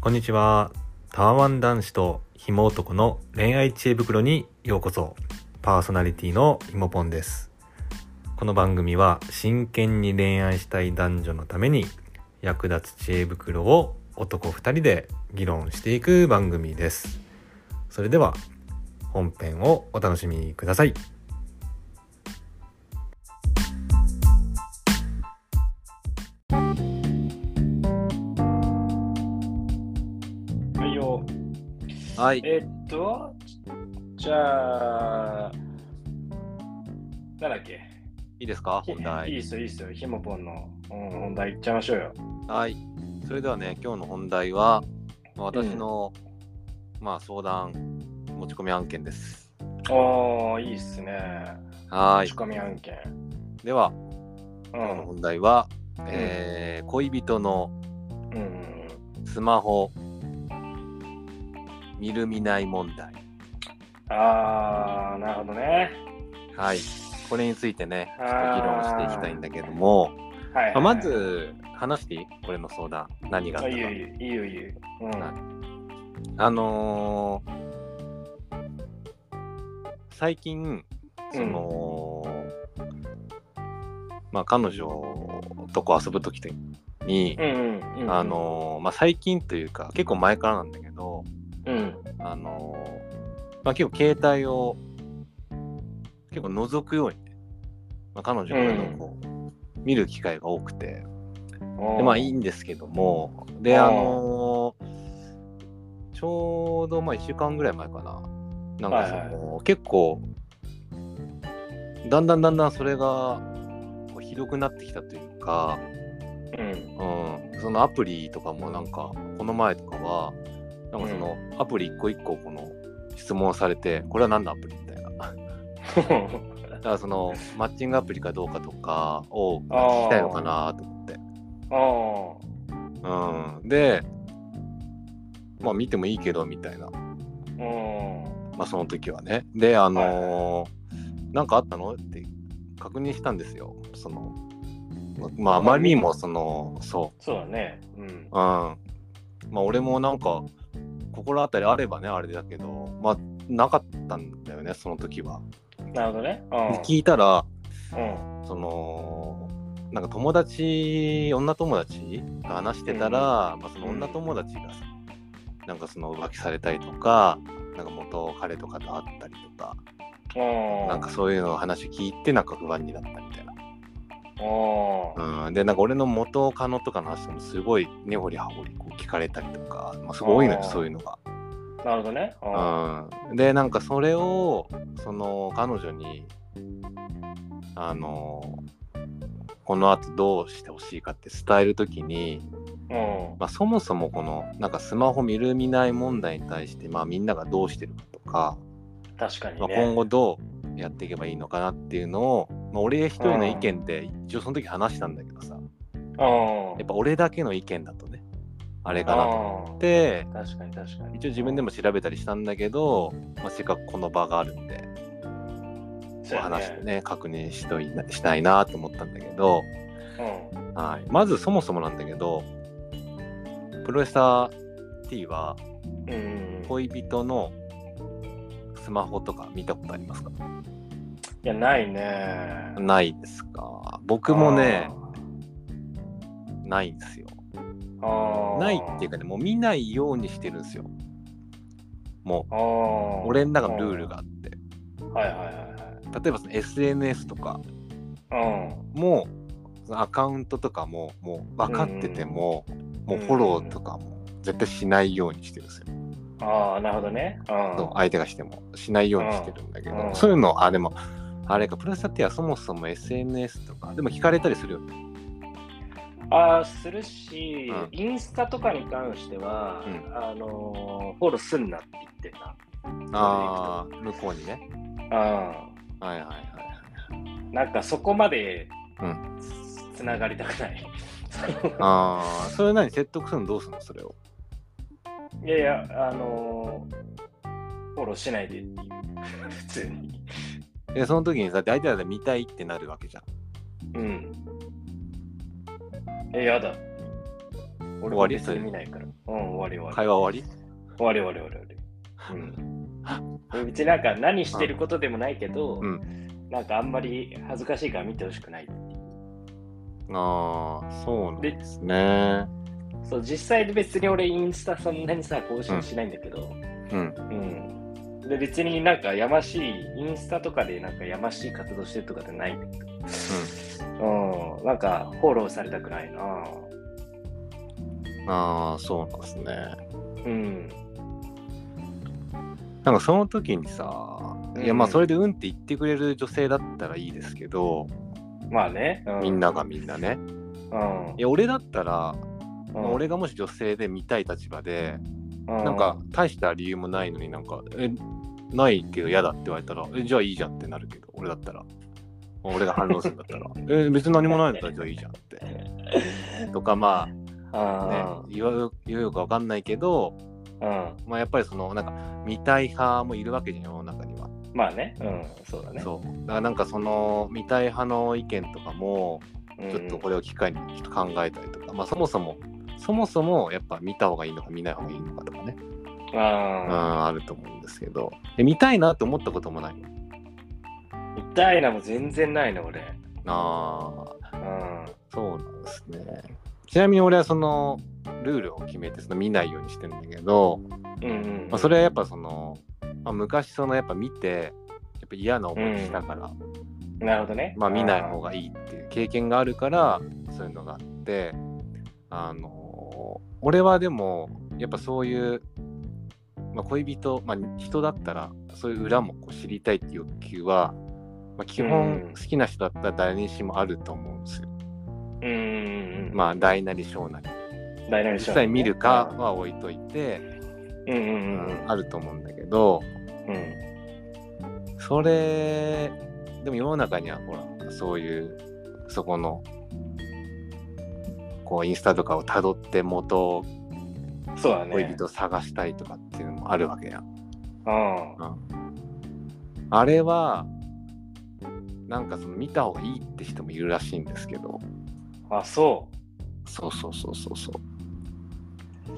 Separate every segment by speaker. Speaker 1: こんにちは。タワマン男子とひも男の恋愛知恵袋にようこそ。パーソナリティのひもぽんです。この番組は真剣に恋愛したい男女のために役立つ知恵袋を男2人で議論していく番組です。それでは本編をお楽しみください。
Speaker 2: はいよ。
Speaker 3: はい。
Speaker 2: えっと、じゃあ、なんだっけ
Speaker 3: いいですか本
Speaker 2: いい
Speaker 3: 題。
Speaker 2: っすよ、いいっすよ。ひもぽんの、うん本題いっちゃいましょうよ。
Speaker 3: はい。それではね、今日の本題は、まあ私の、まあ、相談、持ち込み案件です。
Speaker 2: おー、いいっすね。
Speaker 3: は
Speaker 2: 仕
Speaker 3: い。
Speaker 2: 込み案件。
Speaker 3: では、
Speaker 2: う
Speaker 3: 今日の
Speaker 2: ん。
Speaker 3: 本題は、えー恋人の
Speaker 2: うん、
Speaker 3: スマホ、見る見ない問題。
Speaker 2: あー、なるほどね。
Speaker 3: はい。これについてね、ちょっと議論していきたいんだけども、
Speaker 2: はいはい、
Speaker 3: まあ、ま、ず、話していい俺の相談。何があった
Speaker 2: あい
Speaker 3: か
Speaker 2: いよ、いいよ、いいよ、いいよ。うん。
Speaker 3: はいあのー最近その、まあ彼女とこう遊ぶ時に
Speaker 2: う、んうんうん、
Speaker 3: あ、のーまあ最近というか結構前からなんだけど
Speaker 2: うん、
Speaker 3: あのーまあ結構携帯を結構覗くようにね、まあ、彼女が
Speaker 2: うん
Speaker 3: こう、見る機会が多くて、
Speaker 2: お
Speaker 3: で
Speaker 2: ー
Speaker 3: まあいいんですけども、で、
Speaker 2: うん
Speaker 3: あのーちょうどまあ1週間ぐらい前かな、なんかその、結構、だんだんだんだんそれがこうひどくなってきたというか、
Speaker 2: うん、
Speaker 3: うん、そのアプリとかもなんか、この前とかは、なんかそのアプリ一個一個この質問されて、これは何のアプリみたいな。だからそのマッチングアプリかどうかとかを聞きたいのかなと思って。
Speaker 2: おー
Speaker 3: うん、で、まあ見てもいいけどみたいな、ま
Speaker 2: うん、
Speaker 3: あその時はね。で、あのーなんかあったのって確認したんですよ。その、まああまりにもその、そ
Speaker 2: そうだね。う
Speaker 3: う、
Speaker 2: ん
Speaker 3: うん。。まあ俺もなんか、心当たりあればね、あれだけど、まあなかったんだよね、その時は。
Speaker 2: なるほどね。
Speaker 3: で聞いたら、
Speaker 2: うん。うん。
Speaker 3: その、なんか友達、女友達が話してたら、まあ、その女友達がさ、なんかその浮気されたりとか、なんか元彼とかと会ったりとか、
Speaker 2: うん。
Speaker 3: なんかそういうのを話聞いて、なんか不安になったみたい
Speaker 2: おー
Speaker 3: な。うん、で、なんか俺の元カノとかの話もすごい根掘り葉掘りこう聞かれたりとか、まあ、すごい多いのよ、
Speaker 2: あー
Speaker 3: そういうのが。
Speaker 2: なるほどね。うん
Speaker 3: うん、で、なんかそれを、その彼女に、あの、この後どうしてほしいかって伝えるときに、
Speaker 2: うん。
Speaker 3: まあ、そもそもこのなんかスマホ見る見ない問題に対して、まあ、みんながどうしてるかとか、
Speaker 2: 確かに
Speaker 3: まあ、
Speaker 2: ね。
Speaker 3: 今後どうやっていけばいいのかなっていうのを、まあ、俺一人の意見で一応その時話したんだけどさ
Speaker 2: うん。
Speaker 3: やっぱ俺だけの意見だとねあれ
Speaker 2: り
Speaker 3: かなと思って
Speaker 2: 確かに確かに。
Speaker 3: 一応自分で
Speaker 2: も
Speaker 3: も調べたりしたんだけど、まあ、せっかくこの場があるんでこう話して。ね確認しといなしたいなと思ったんだけど、
Speaker 2: そうやね
Speaker 3: はい、まずそもそもなんだけどプロレスター T は
Speaker 2: うん。うん。い
Speaker 3: 恋人のスマホとか見たことありますか
Speaker 2: や、ないね。
Speaker 3: ないですか僕もね、ないんですよ。
Speaker 2: あー
Speaker 3: ないっていうかね、もう見ないようにしてるんですよ。も
Speaker 2: あ
Speaker 3: う、
Speaker 2: ー
Speaker 3: 俺の中のルールがあって。
Speaker 2: はいはいはい
Speaker 3: 例えばその SNS とか
Speaker 2: はい。うん。
Speaker 3: も、そのアカウントとかも、もう分かってても、もうフォローとかも絶対しないようにしてるんですよ。
Speaker 2: ああ、なるほどね。うん。
Speaker 3: そう相手がしてもしないようにしてるんだけど、
Speaker 2: うん
Speaker 3: そういうのあでもあれかプラスタティはそもそも SNS とかでも聞かれたりするよね
Speaker 2: ああ、するし、
Speaker 3: うん
Speaker 2: インスタとかに関しては、
Speaker 3: うん
Speaker 2: あのーフォローすんなって言ってた。
Speaker 3: あー向こうにね
Speaker 2: うん。
Speaker 3: はいはいはいはい
Speaker 2: なんかそこまで
Speaker 3: う
Speaker 2: つながりたく ない。
Speaker 3: ああそれ何説得するのどうするのそれを
Speaker 2: いやいや、あのーフォローしないでっていう、普通に。
Speaker 3: でその時にさ相手は見たいってなるわけじゃん
Speaker 2: うん。え、やだ。俺
Speaker 3: 終
Speaker 2: も
Speaker 3: わり
Speaker 2: 別に見ないから。うん、終わり終わ
Speaker 3: 会話終わ
Speaker 2: り。終わり終わり終わり終わり。うん。俺 別になんか何してることでもないけ
Speaker 3: う
Speaker 2: ど、なんかあんまり恥ずかしいから見てほしくない。
Speaker 3: りああ、そうなんですね。
Speaker 2: そう、実際別に俺インスタそんなにさ、更新しないんだけど、
Speaker 3: うん。
Speaker 2: うん。で、別になんかやましい、インスタとかでなんかやましい活動してるとかじゃないんだけど、うん、なんかフォローされたくないな
Speaker 3: ああ、そうなんですね。
Speaker 2: うん。
Speaker 3: なんかその時にさ、いやまあ
Speaker 2: うん
Speaker 3: それでうんって言ってくれる女性だったらいいですけど、
Speaker 2: まあね。う
Speaker 3: みんなが。みんなね。
Speaker 2: うん
Speaker 3: い。や俺だったら、
Speaker 2: う
Speaker 3: まあ
Speaker 2: ん、
Speaker 3: 俺がもし女性で見たい立場で、
Speaker 2: な
Speaker 3: なんか、大した理由もないのになんか、え、ないけど嫌だって言われたら、え、じゃあいいじゃんってなるけど、俺だったら。俺が反論するんだった ら、え、別に何もないんだったらじゃあいいじゃんって。とかまあ、ね
Speaker 2: あ、
Speaker 3: 言う言うかわかんないけど、
Speaker 2: あ、
Speaker 3: まあやっぱりその、なんか、見たい派もいるわけじゃん、世の中には。
Speaker 2: うん。まあね。うん。そうだね。
Speaker 3: そう。だからなんかその、見たい派の意見とかも、
Speaker 2: うん
Speaker 3: ちょっとこれを機会にちょっと考えたりとか、まあそもそも、そもそもやっぱ見た方がいいのか見ない方がいいのかとかね。う
Speaker 2: あ
Speaker 3: ん、あると思うんですけど。で見たいなって思ったこともない。
Speaker 2: あ。痛いな、もう全然ないな、俺。
Speaker 3: ああ、
Speaker 2: うん。
Speaker 3: そうなんですね。ちなみに俺はそのルールを決めてその見ないようにしてるんだけど、
Speaker 2: うん、うん。
Speaker 3: まあ、それはやっぱその、まあ、昔そのやっぱ見てやっぱ嫌な思いしたから、
Speaker 2: なるほどね。
Speaker 3: まあ見ない方がいいっていう経験があるからそういうのがあってあのー俺はでもやっぱそういう、まあ、恋人、まあ、人だったらそういう裏もこう知りたいっていう欲求は、まあ、基
Speaker 2: うん
Speaker 3: 本好きな人だったら誰にしもあると思うんですよ。
Speaker 2: うん。うん。
Speaker 3: まあ大なり小なり
Speaker 2: あ、大
Speaker 3: 実際見るか。は置いといて、
Speaker 2: うんうんう
Speaker 3: うん
Speaker 2: んうん。
Speaker 3: あると思うんだけど
Speaker 2: うん。
Speaker 3: それでも世の中にはほらそういうそこのこうインスタとかをたどって元
Speaker 2: そうだね。
Speaker 3: 恋人を探したいとかっていうのもあるわけやん、
Speaker 2: うん。
Speaker 3: あれはなんかその見た方がいいって人もいるらしいんですけど
Speaker 2: あ、そ
Speaker 3: そうそうそうそうそう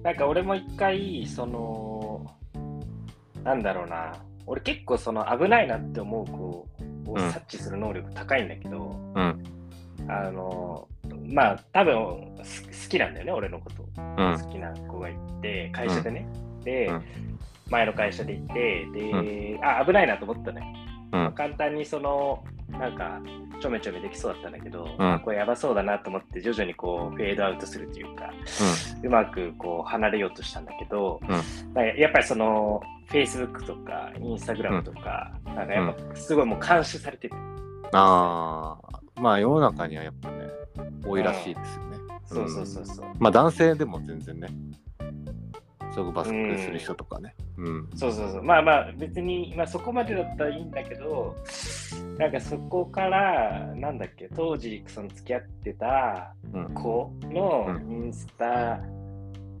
Speaker 2: う。なんか俺も一回、その、なんだろうな。俺結構その危ないなって思う子を
Speaker 3: うん
Speaker 2: 察知する能力高いんだけど、
Speaker 3: うん
Speaker 2: あの、まあ多分す好きなんだよね、俺のこと。
Speaker 3: うん
Speaker 2: 好きな子がいて、会社でね。で、
Speaker 3: うん
Speaker 2: 前の会社で行って、で、あ、危ないなと思ったね。
Speaker 3: うん
Speaker 2: まあ簡単にその、なんか、ちょめちょめできそうだったんだけど、
Speaker 3: うん
Speaker 2: あこれやばそうだなと思って、徐々にこう、フェードアウトするというか、うまくこう、離れようとしたんだけど、
Speaker 3: ん
Speaker 2: なんかやっぱりその、Facebook とか、Instagram とか、なんかやっぱ、すごいもう監視されてて、
Speaker 3: ああまあ世の中にはやっぱね多いらしいですよね、
Speaker 2: そうそうそうそう。
Speaker 3: まあ男性でも全然ね、職場スクする人とかね。うん。
Speaker 2: そうそうそう。まあまあ、別に、まあそこまでだったらいいんだけど、なんかそこから、なんだっけ、当時、その付き合ってた
Speaker 3: うん
Speaker 2: 子の
Speaker 3: う
Speaker 2: インスタ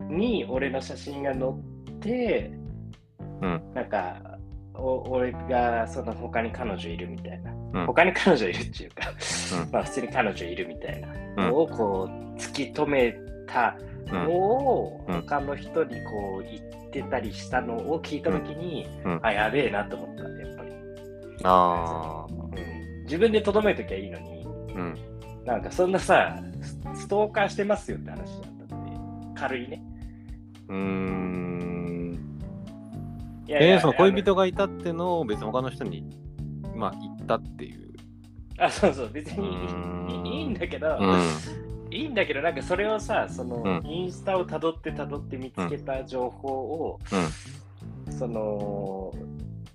Speaker 2: に俺の写真が載って、
Speaker 3: うん
Speaker 2: なんか、お俺がその他に彼女いるみたいな、
Speaker 3: うん
Speaker 2: 他に彼女いるっていうか、
Speaker 3: うん
Speaker 2: まあ普通に彼女いるみたいな
Speaker 3: うん
Speaker 2: のをこう突き止めた
Speaker 3: うん
Speaker 2: のを
Speaker 3: うん
Speaker 2: 他の人にこう言ってたりしたのを聞いたときに、
Speaker 3: うんうん
Speaker 2: あやべえなと思ったんでやっぱり、
Speaker 3: ああ。
Speaker 2: うん、自分でとどめときゃいいのに
Speaker 3: うん。
Speaker 2: なんかそんなさスストーカーしてますよって話になったんで軽いね
Speaker 3: うーん。
Speaker 2: いやいや
Speaker 3: えー、その恋人がいたってのを別に他の人に、まあ、言ったっていう。
Speaker 2: あのあそうそう別に
Speaker 3: うーん
Speaker 2: いいいいんだけど、
Speaker 3: うん
Speaker 2: いいんだけどなんかそれをさその、
Speaker 3: う
Speaker 2: インスタをたどってたどって見つけた情報を、その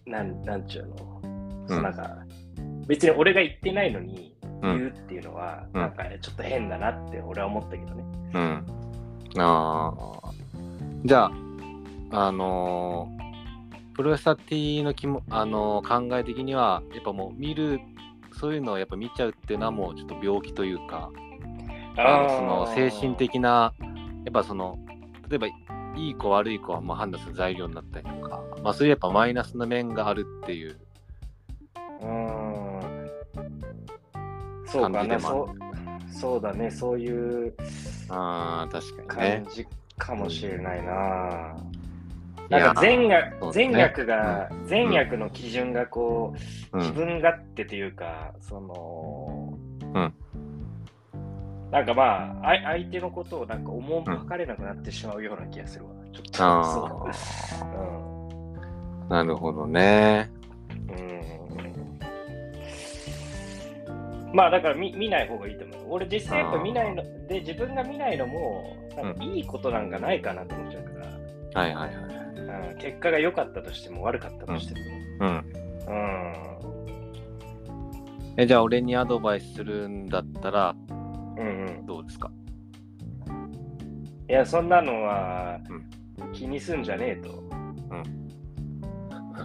Speaker 2: なんなんちゅうの、そのなんか別に俺が言ってないのに
Speaker 3: う。
Speaker 2: 言うんっていうのは、
Speaker 3: うん
Speaker 2: なんかちょっと変だなって俺は思ったけどね。
Speaker 3: うん。ああ。じゃあ、あのープロレスタティのきも、あのー考え的には、やっぱもう見る、そういうのをやっぱ見ちゃうっていうのはもうちょっと病気というか、あのその精神的なやっぱその例えばいい子悪い子はまあ判断する材料になったりとか、まあ、そういうやっぱマイナスの面があるっていう
Speaker 2: うーんそう
Speaker 3: 感
Speaker 2: か
Speaker 3: じで
Speaker 2: な
Speaker 3: も
Speaker 2: そうそうだねそういう
Speaker 3: ああ、確かにね
Speaker 2: 感。じかもしれないな。
Speaker 3: いや
Speaker 2: なんか全
Speaker 3: そう
Speaker 2: 額、
Speaker 3: ですね
Speaker 2: 全額が、全額の基準がこう、
Speaker 3: う
Speaker 2: 自
Speaker 3: ん、
Speaker 2: 分勝手というか、その、
Speaker 3: うん
Speaker 2: なんかまあ、あ相手のことをなんか思うばかれなくなってしまうような気がするわ。ちょっと
Speaker 3: あ
Speaker 2: そううん
Speaker 3: あ、なるほどね。
Speaker 2: うんまあだから見見ない方がいいと思う。俺実際やっぱ見ないので自分が見ないのもなんかいいことなんかないかなと思っちゃうから、
Speaker 3: はいはいはい。
Speaker 2: うん結果が良かったとしても悪かったとしても。
Speaker 3: うん。
Speaker 2: うん
Speaker 3: え、じゃあ、俺にアドバイスするんだったら、
Speaker 2: うんうん
Speaker 3: どうですか
Speaker 2: いや、そんなのは
Speaker 3: うん
Speaker 2: 気にすんじゃねえと。
Speaker 3: ん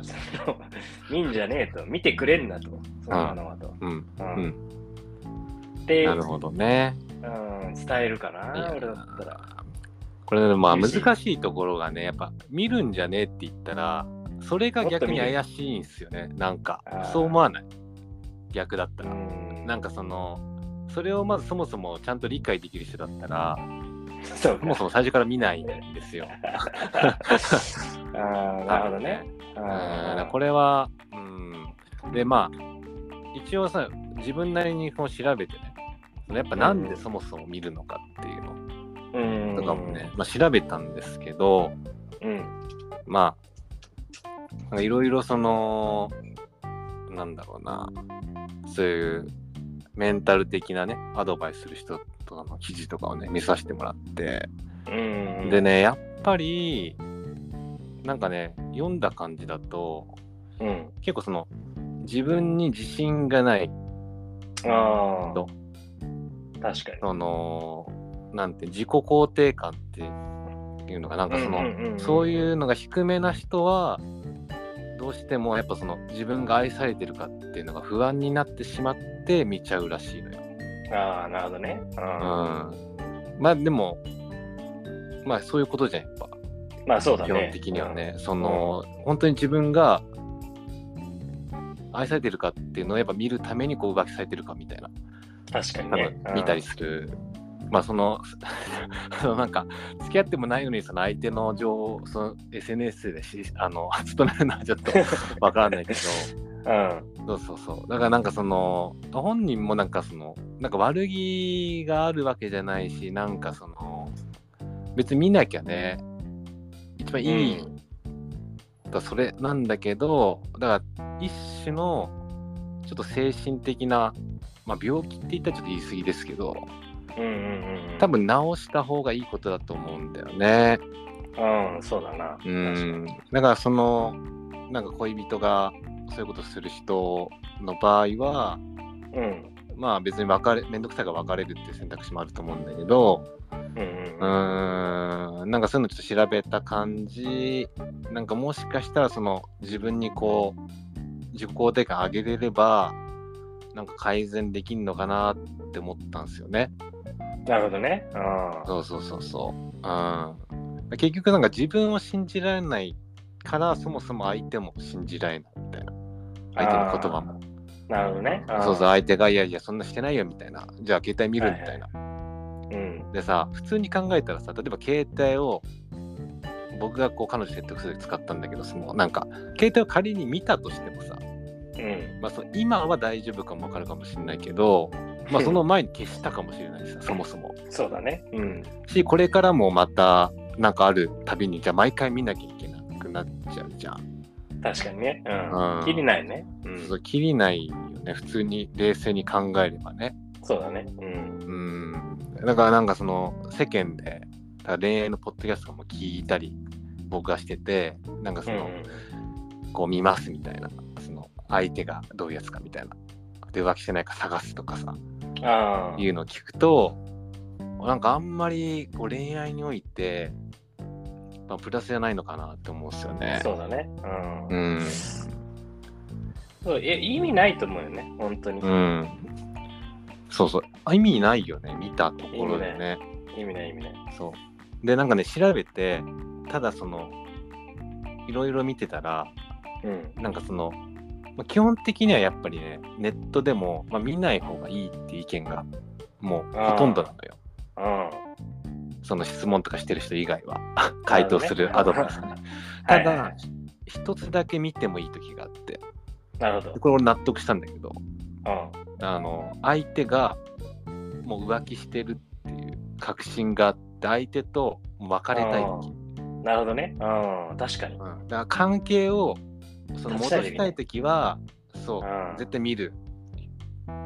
Speaker 2: その見んじゃねえと。見てくれんなと。そんなのはと。
Speaker 3: うん。
Speaker 2: うん
Speaker 3: うん。
Speaker 2: で、
Speaker 3: なるほどね。
Speaker 2: うん、伝えるかな、
Speaker 3: いや
Speaker 2: 俺だったら。
Speaker 3: これでもまあ
Speaker 2: 嬉しい
Speaker 3: 難しいところがねやっぱ見るんじゃねえって言ったらそれが逆に怪しいんすよねなんか
Speaker 2: あー
Speaker 3: そう思わない逆だった
Speaker 2: う
Speaker 3: ら
Speaker 2: ん、
Speaker 3: なんかそのそれをまずそもそもちゃんと理解できる人だったら
Speaker 2: そう
Speaker 3: そも
Speaker 2: か。
Speaker 3: そも最初から見ないんですよ
Speaker 2: あーなるほどね。
Speaker 3: うんこ
Speaker 2: れ、
Speaker 3: れはうんでまあ一応さ自分なりにこう調べてねそのやっぱなんでそもそも見るのかっていうの
Speaker 2: うん、
Speaker 3: とかもね、まあ、調べたんですけど、
Speaker 2: うん。
Speaker 3: まあ、なんかいろいろその、なんだろうな、そういうメンタル的なね、アドバイスする人とかの記事とかをね、見させてもらって、
Speaker 2: うん。
Speaker 3: で、ね、やっぱり、なんかね、読んだ感じだと、
Speaker 2: うん。
Speaker 3: 結構その、自分に自信がない、
Speaker 2: あ
Speaker 3: ど
Speaker 2: あ。確かに。
Speaker 3: その、なんて、自己肯定感っていうのが、なんかその、そう
Speaker 2: う
Speaker 3: いうのが低めな人はどうしてもやっぱその自分が愛されてるかっていうのが不安になってしまって見ちゃうらしいのよ。
Speaker 2: ん。ああ、なるほどね。う
Speaker 3: うんん、まあでもまあそういうことじゃんやっぱ、
Speaker 2: まあそうだ
Speaker 3: 基
Speaker 2: ね。
Speaker 3: 本的にはね。その本当に自分が愛されてるかっていうのをやっぱ見るためにこう浮気されてるかみたいな
Speaker 2: うん。確かに
Speaker 3: 多
Speaker 2: ね
Speaker 3: 分。見たりする、まあその そのなんか付き合ってもないのにその相手の情報その SNS でしあの勤めるのはちょっ とわからないけど
Speaker 2: うん。
Speaker 3: そうそうそうだからなんかその本人もなんかそのなんか悪気があるわけじゃないしなんかその別に見なきゃね一番いい、
Speaker 2: うん
Speaker 3: だからそれなんだけどだから一種のちょっと精神的な、まあ、病気って言ったらちょっと言い過ぎですけど
Speaker 2: うんうんうん、
Speaker 3: 多分直した方がいいことだと思うんだよね。
Speaker 2: うん、そうだな。
Speaker 3: うん、だからそのなんか恋人がそういうことする人の場合は
Speaker 2: 確かにうん。
Speaker 3: まあ別に別れ面倒くさいから別れるっていう選択肢もあると思うんだけど
Speaker 2: うん
Speaker 3: う
Speaker 2: うん
Speaker 3: ーんなんかそういうのちょっと調べた感じなんかもしかしたらその自分にこう自己肯定感上げれればなんか改善できんのかなって思ったんですよね。
Speaker 2: なるほどね。あ
Speaker 3: そうそうそうそう。うん、結局なんか自分を信じられないからそもそも相手も信じられないみたいな。相手の言葉も。
Speaker 2: あなるほどね。あ
Speaker 3: そうそう相手がいやいやそんなしてないよみたいな。じゃあ携帯見るみたいな。
Speaker 2: うん。
Speaker 3: でさ普通に考えたらさ例えば携帯を僕がこう彼女説得する時使ったんだけどそのなんか携帯を仮に見たとしてもさ、
Speaker 2: うん。
Speaker 3: まあ、その今は大丈夫かもわかるかもしれないけど、まあ、その前に消したかもしれないしさそもそも。
Speaker 2: そうだね。うん。
Speaker 3: しこれからもまたなんかあるたびにじゃあ毎回見なきゃいけなくなっちゃうじゃん。
Speaker 2: 確かにね。
Speaker 3: う
Speaker 2: うんん。気にないね。う。
Speaker 3: そうん切りないよね普通に冷静に考えればね。
Speaker 2: そうだね。うん。
Speaker 3: うんだからなんかその世間でだから恋愛のポッドキャストとかも聞いたり僕がしててなんかそ
Speaker 2: うん
Speaker 3: の、こう見ますみたいなその相手がどういうやつかみたいなで浮気してないか探すとかさ
Speaker 2: うん。ああ。
Speaker 3: いうのを聞くとなんかあんまりこう恋愛において、まあ、プラスじゃないのかなって思うんですよね。
Speaker 2: そうだね。う。
Speaker 3: うんん、
Speaker 2: そうえ意味ないと思うよね。本当に
Speaker 3: う。ん、そうそうあ意味ないよね見たところで
Speaker 2: 意味
Speaker 3: ね
Speaker 2: 意味ない意味ない。
Speaker 3: そうでなんかね調べてただそのいろいろ見てたら
Speaker 2: うん。
Speaker 3: なんかその、まあ、基本的にはやっぱりねネットでも、まあ、見ない方がいいっていう意見がもうほとんどなのよ
Speaker 2: あうん。
Speaker 3: その質問とかしてる人以外 は回答するアドバイスね。
Speaker 2: はい
Speaker 3: た
Speaker 2: はいは
Speaker 3: だ、一つだけ見てもいい時があって、
Speaker 2: い、なるほど
Speaker 3: で。これ俺納得したんだけど、
Speaker 2: うん。
Speaker 3: あの相手がもう浮気してるっていう確信があって、相手と別れたい時、
Speaker 2: なるほどね。うん。確かに。う
Speaker 3: うんだから関係をその戻
Speaker 2: 断ちたい時ね
Speaker 3: したい時は、そう、
Speaker 2: ん。
Speaker 3: 絶対見る。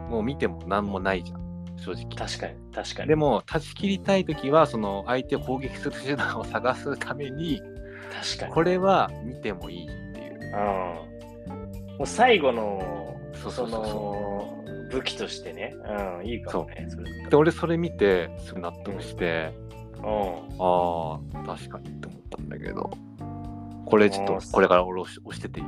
Speaker 3: もう見ても何もないじゃん、正直。
Speaker 2: 確かに。確かに。
Speaker 3: でも、断ち切りたいときは、その相手を攻撃する手段を探すために、
Speaker 2: 確かに。
Speaker 3: これは見てもいいっていう。
Speaker 2: うん。もう最後の、
Speaker 3: そうそ
Speaker 2: そう
Speaker 3: そうそう
Speaker 2: の、武器としてね。うん。いいかもね。それだっ
Speaker 3: で、俺それ見て、すぐ納得して、
Speaker 2: たらうん。
Speaker 3: ああ、確かにって思ったんだけど、これちょっ
Speaker 2: あ
Speaker 3: と、
Speaker 2: ー
Speaker 3: これから俺押し押してていい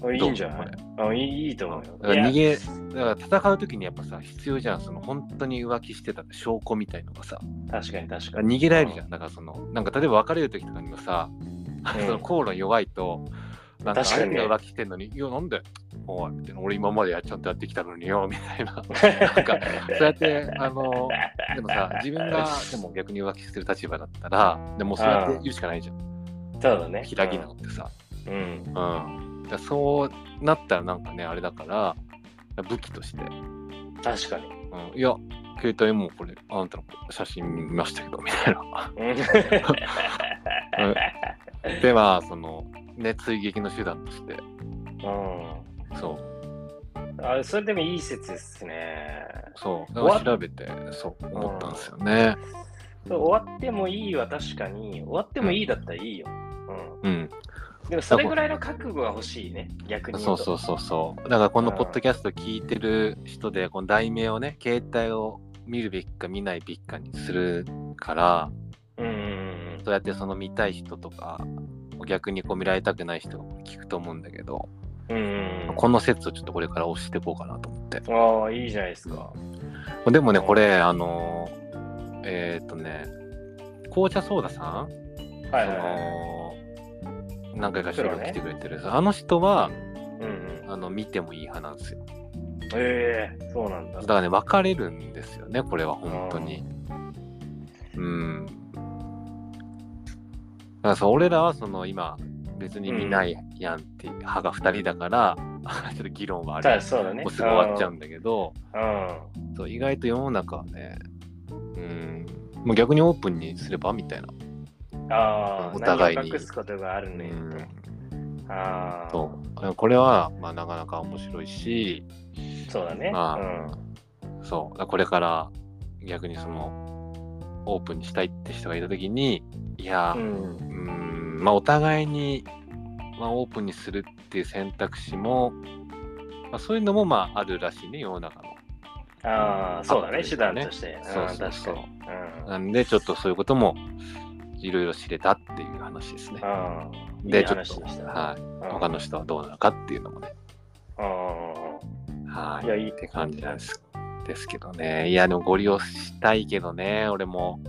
Speaker 2: これいいんじゃない
Speaker 3: ど
Speaker 2: うんいいいいと思う
Speaker 3: だか
Speaker 2: よ。い
Speaker 3: ら
Speaker 2: や
Speaker 3: 逃げ、だから戦うときにやっぱさ、必要じゃん。その本当に浮気してた証拠みたいのがさ、
Speaker 2: 確かに確かに。
Speaker 3: 逃げられるじゃん。だからその、なんか例えば別れるときとかにもさ、その口論弱いと、なんか
Speaker 2: 確か
Speaker 3: 相
Speaker 2: に
Speaker 3: 手
Speaker 2: ね
Speaker 3: が浮気してんのに、いや、なんで、おい、みたいな、俺今までやちゃんとやってきたのによ、みたいな。なんか、そうやって、あの、でもさ、自分が、でも逆に浮気してる立場だったら、でもそうやって言うしかないじゃん。
Speaker 2: そうだね。
Speaker 3: 開き直ってさ。
Speaker 2: うん。うん。
Speaker 3: うん。だからそうなったらなんかね、あれだから、武器として、う
Speaker 2: 確 かに。
Speaker 3: ん、いや、携帯もうこれ、あんたの写真見ましたけど、みたいな。
Speaker 2: うん
Speaker 3: で、まあ、その、ね、追撃の手段として、
Speaker 2: う
Speaker 3: そう、
Speaker 2: ん。あそれでもいい説ですね。
Speaker 3: そう、
Speaker 2: 終わっ
Speaker 3: 調べて、そう、思ったんですよね。
Speaker 2: そう終わってもいいは確かに、終わってもいいだったらいいよ。う
Speaker 3: うん、
Speaker 2: ん。でもそれぐらいの覚悟が欲しいね、逆に言
Speaker 3: そう
Speaker 2: と。
Speaker 3: そうそうそう。だからこのポッドキャスト聞いてる人で、この題名をね、携帯を見るべきか見ないべきかにするから、
Speaker 2: うんうん
Speaker 3: そうやってその見たい人とか、逆にこう見られたくない人が聞くと思うんだけど、
Speaker 2: うん。うんうん
Speaker 3: この説をちょっとこれから押していこうかなと思って。
Speaker 2: ああ、いいじゃないですか。
Speaker 3: でもね、これ、あのー、えーっとね、紅茶ソーダさん
Speaker 2: はいはいはい。
Speaker 3: その何回か収録来てくれてる、あの人は
Speaker 2: うんうん、
Speaker 3: あの見てもいい派なんですよ
Speaker 2: ええそうなんだ
Speaker 3: だ。からね分かれるんですよねこれは本当にうんだからさ俺らはその今別に見ないやんっていう派が2人だから、 ちょっと議論はあ
Speaker 2: た
Speaker 3: る
Speaker 2: だそうだね。
Speaker 3: もうすぐ終わっちゃうんだけど
Speaker 2: うん。
Speaker 3: そう意外と世の中はねうんもう逆にオープンにすればみたいな、
Speaker 2: うん。ああ、
Speaker 3: お互いに
Speaker 2: 何を隠すことがある
Speaker 3: う
Speaker 2: ね。
Speaker 3: ん
Speaker 2: とああ、
Speaker 3: そうこれは、まあ、なかなか面白いし
Speaker 2: そうだね。
Speaker 3: まあ
Speaker 2: うん。
Speaker 3: そう、だからこれから逆にその、オープンにしたいって人がいたときに、いや
Speaker 2: う
Speaker 3: ー、
Speaker 2: ん
Speaker 3: うーん、まあお互いに、まあオープンにするっていう選択肢も、まあそういうのもまああるらしいね、世の中の。
Speaker 2: ああ、そうだ
Speaker 3: ア
Speaker 2: ね、
Speaker 3: プ
Speaker 2: 手
Speaker 3: リだ
Speaker 2: 段
Speaker 3: ね
Speaker 2: として。
Speaker 3: そうそうそう
Speaker 2: うん、確かに。
Speaker 3: なんで、ちょっとそういうことも、いろいろ知れたっていう話ですね
Speaker 2: う。ん。うん。
Speaker 3: で、
Speaker 2: いい
Speaker 3: ちょっ
Speaker 2: 話
Speaker 3: と、
Speaker 2: でした。
Speaker 3: はい。
Speaker 2: うん
Speaker 3: 他の人はどうなのかっていうのもね。
Speaker 2: う
Speaker 3: は
Speaker 2: ん。
Speaker 3: い。
Speaker 2: いや、いい
Speaker 3: って感じなんですですけどね。いや、でもご利用したいけどね、俺も。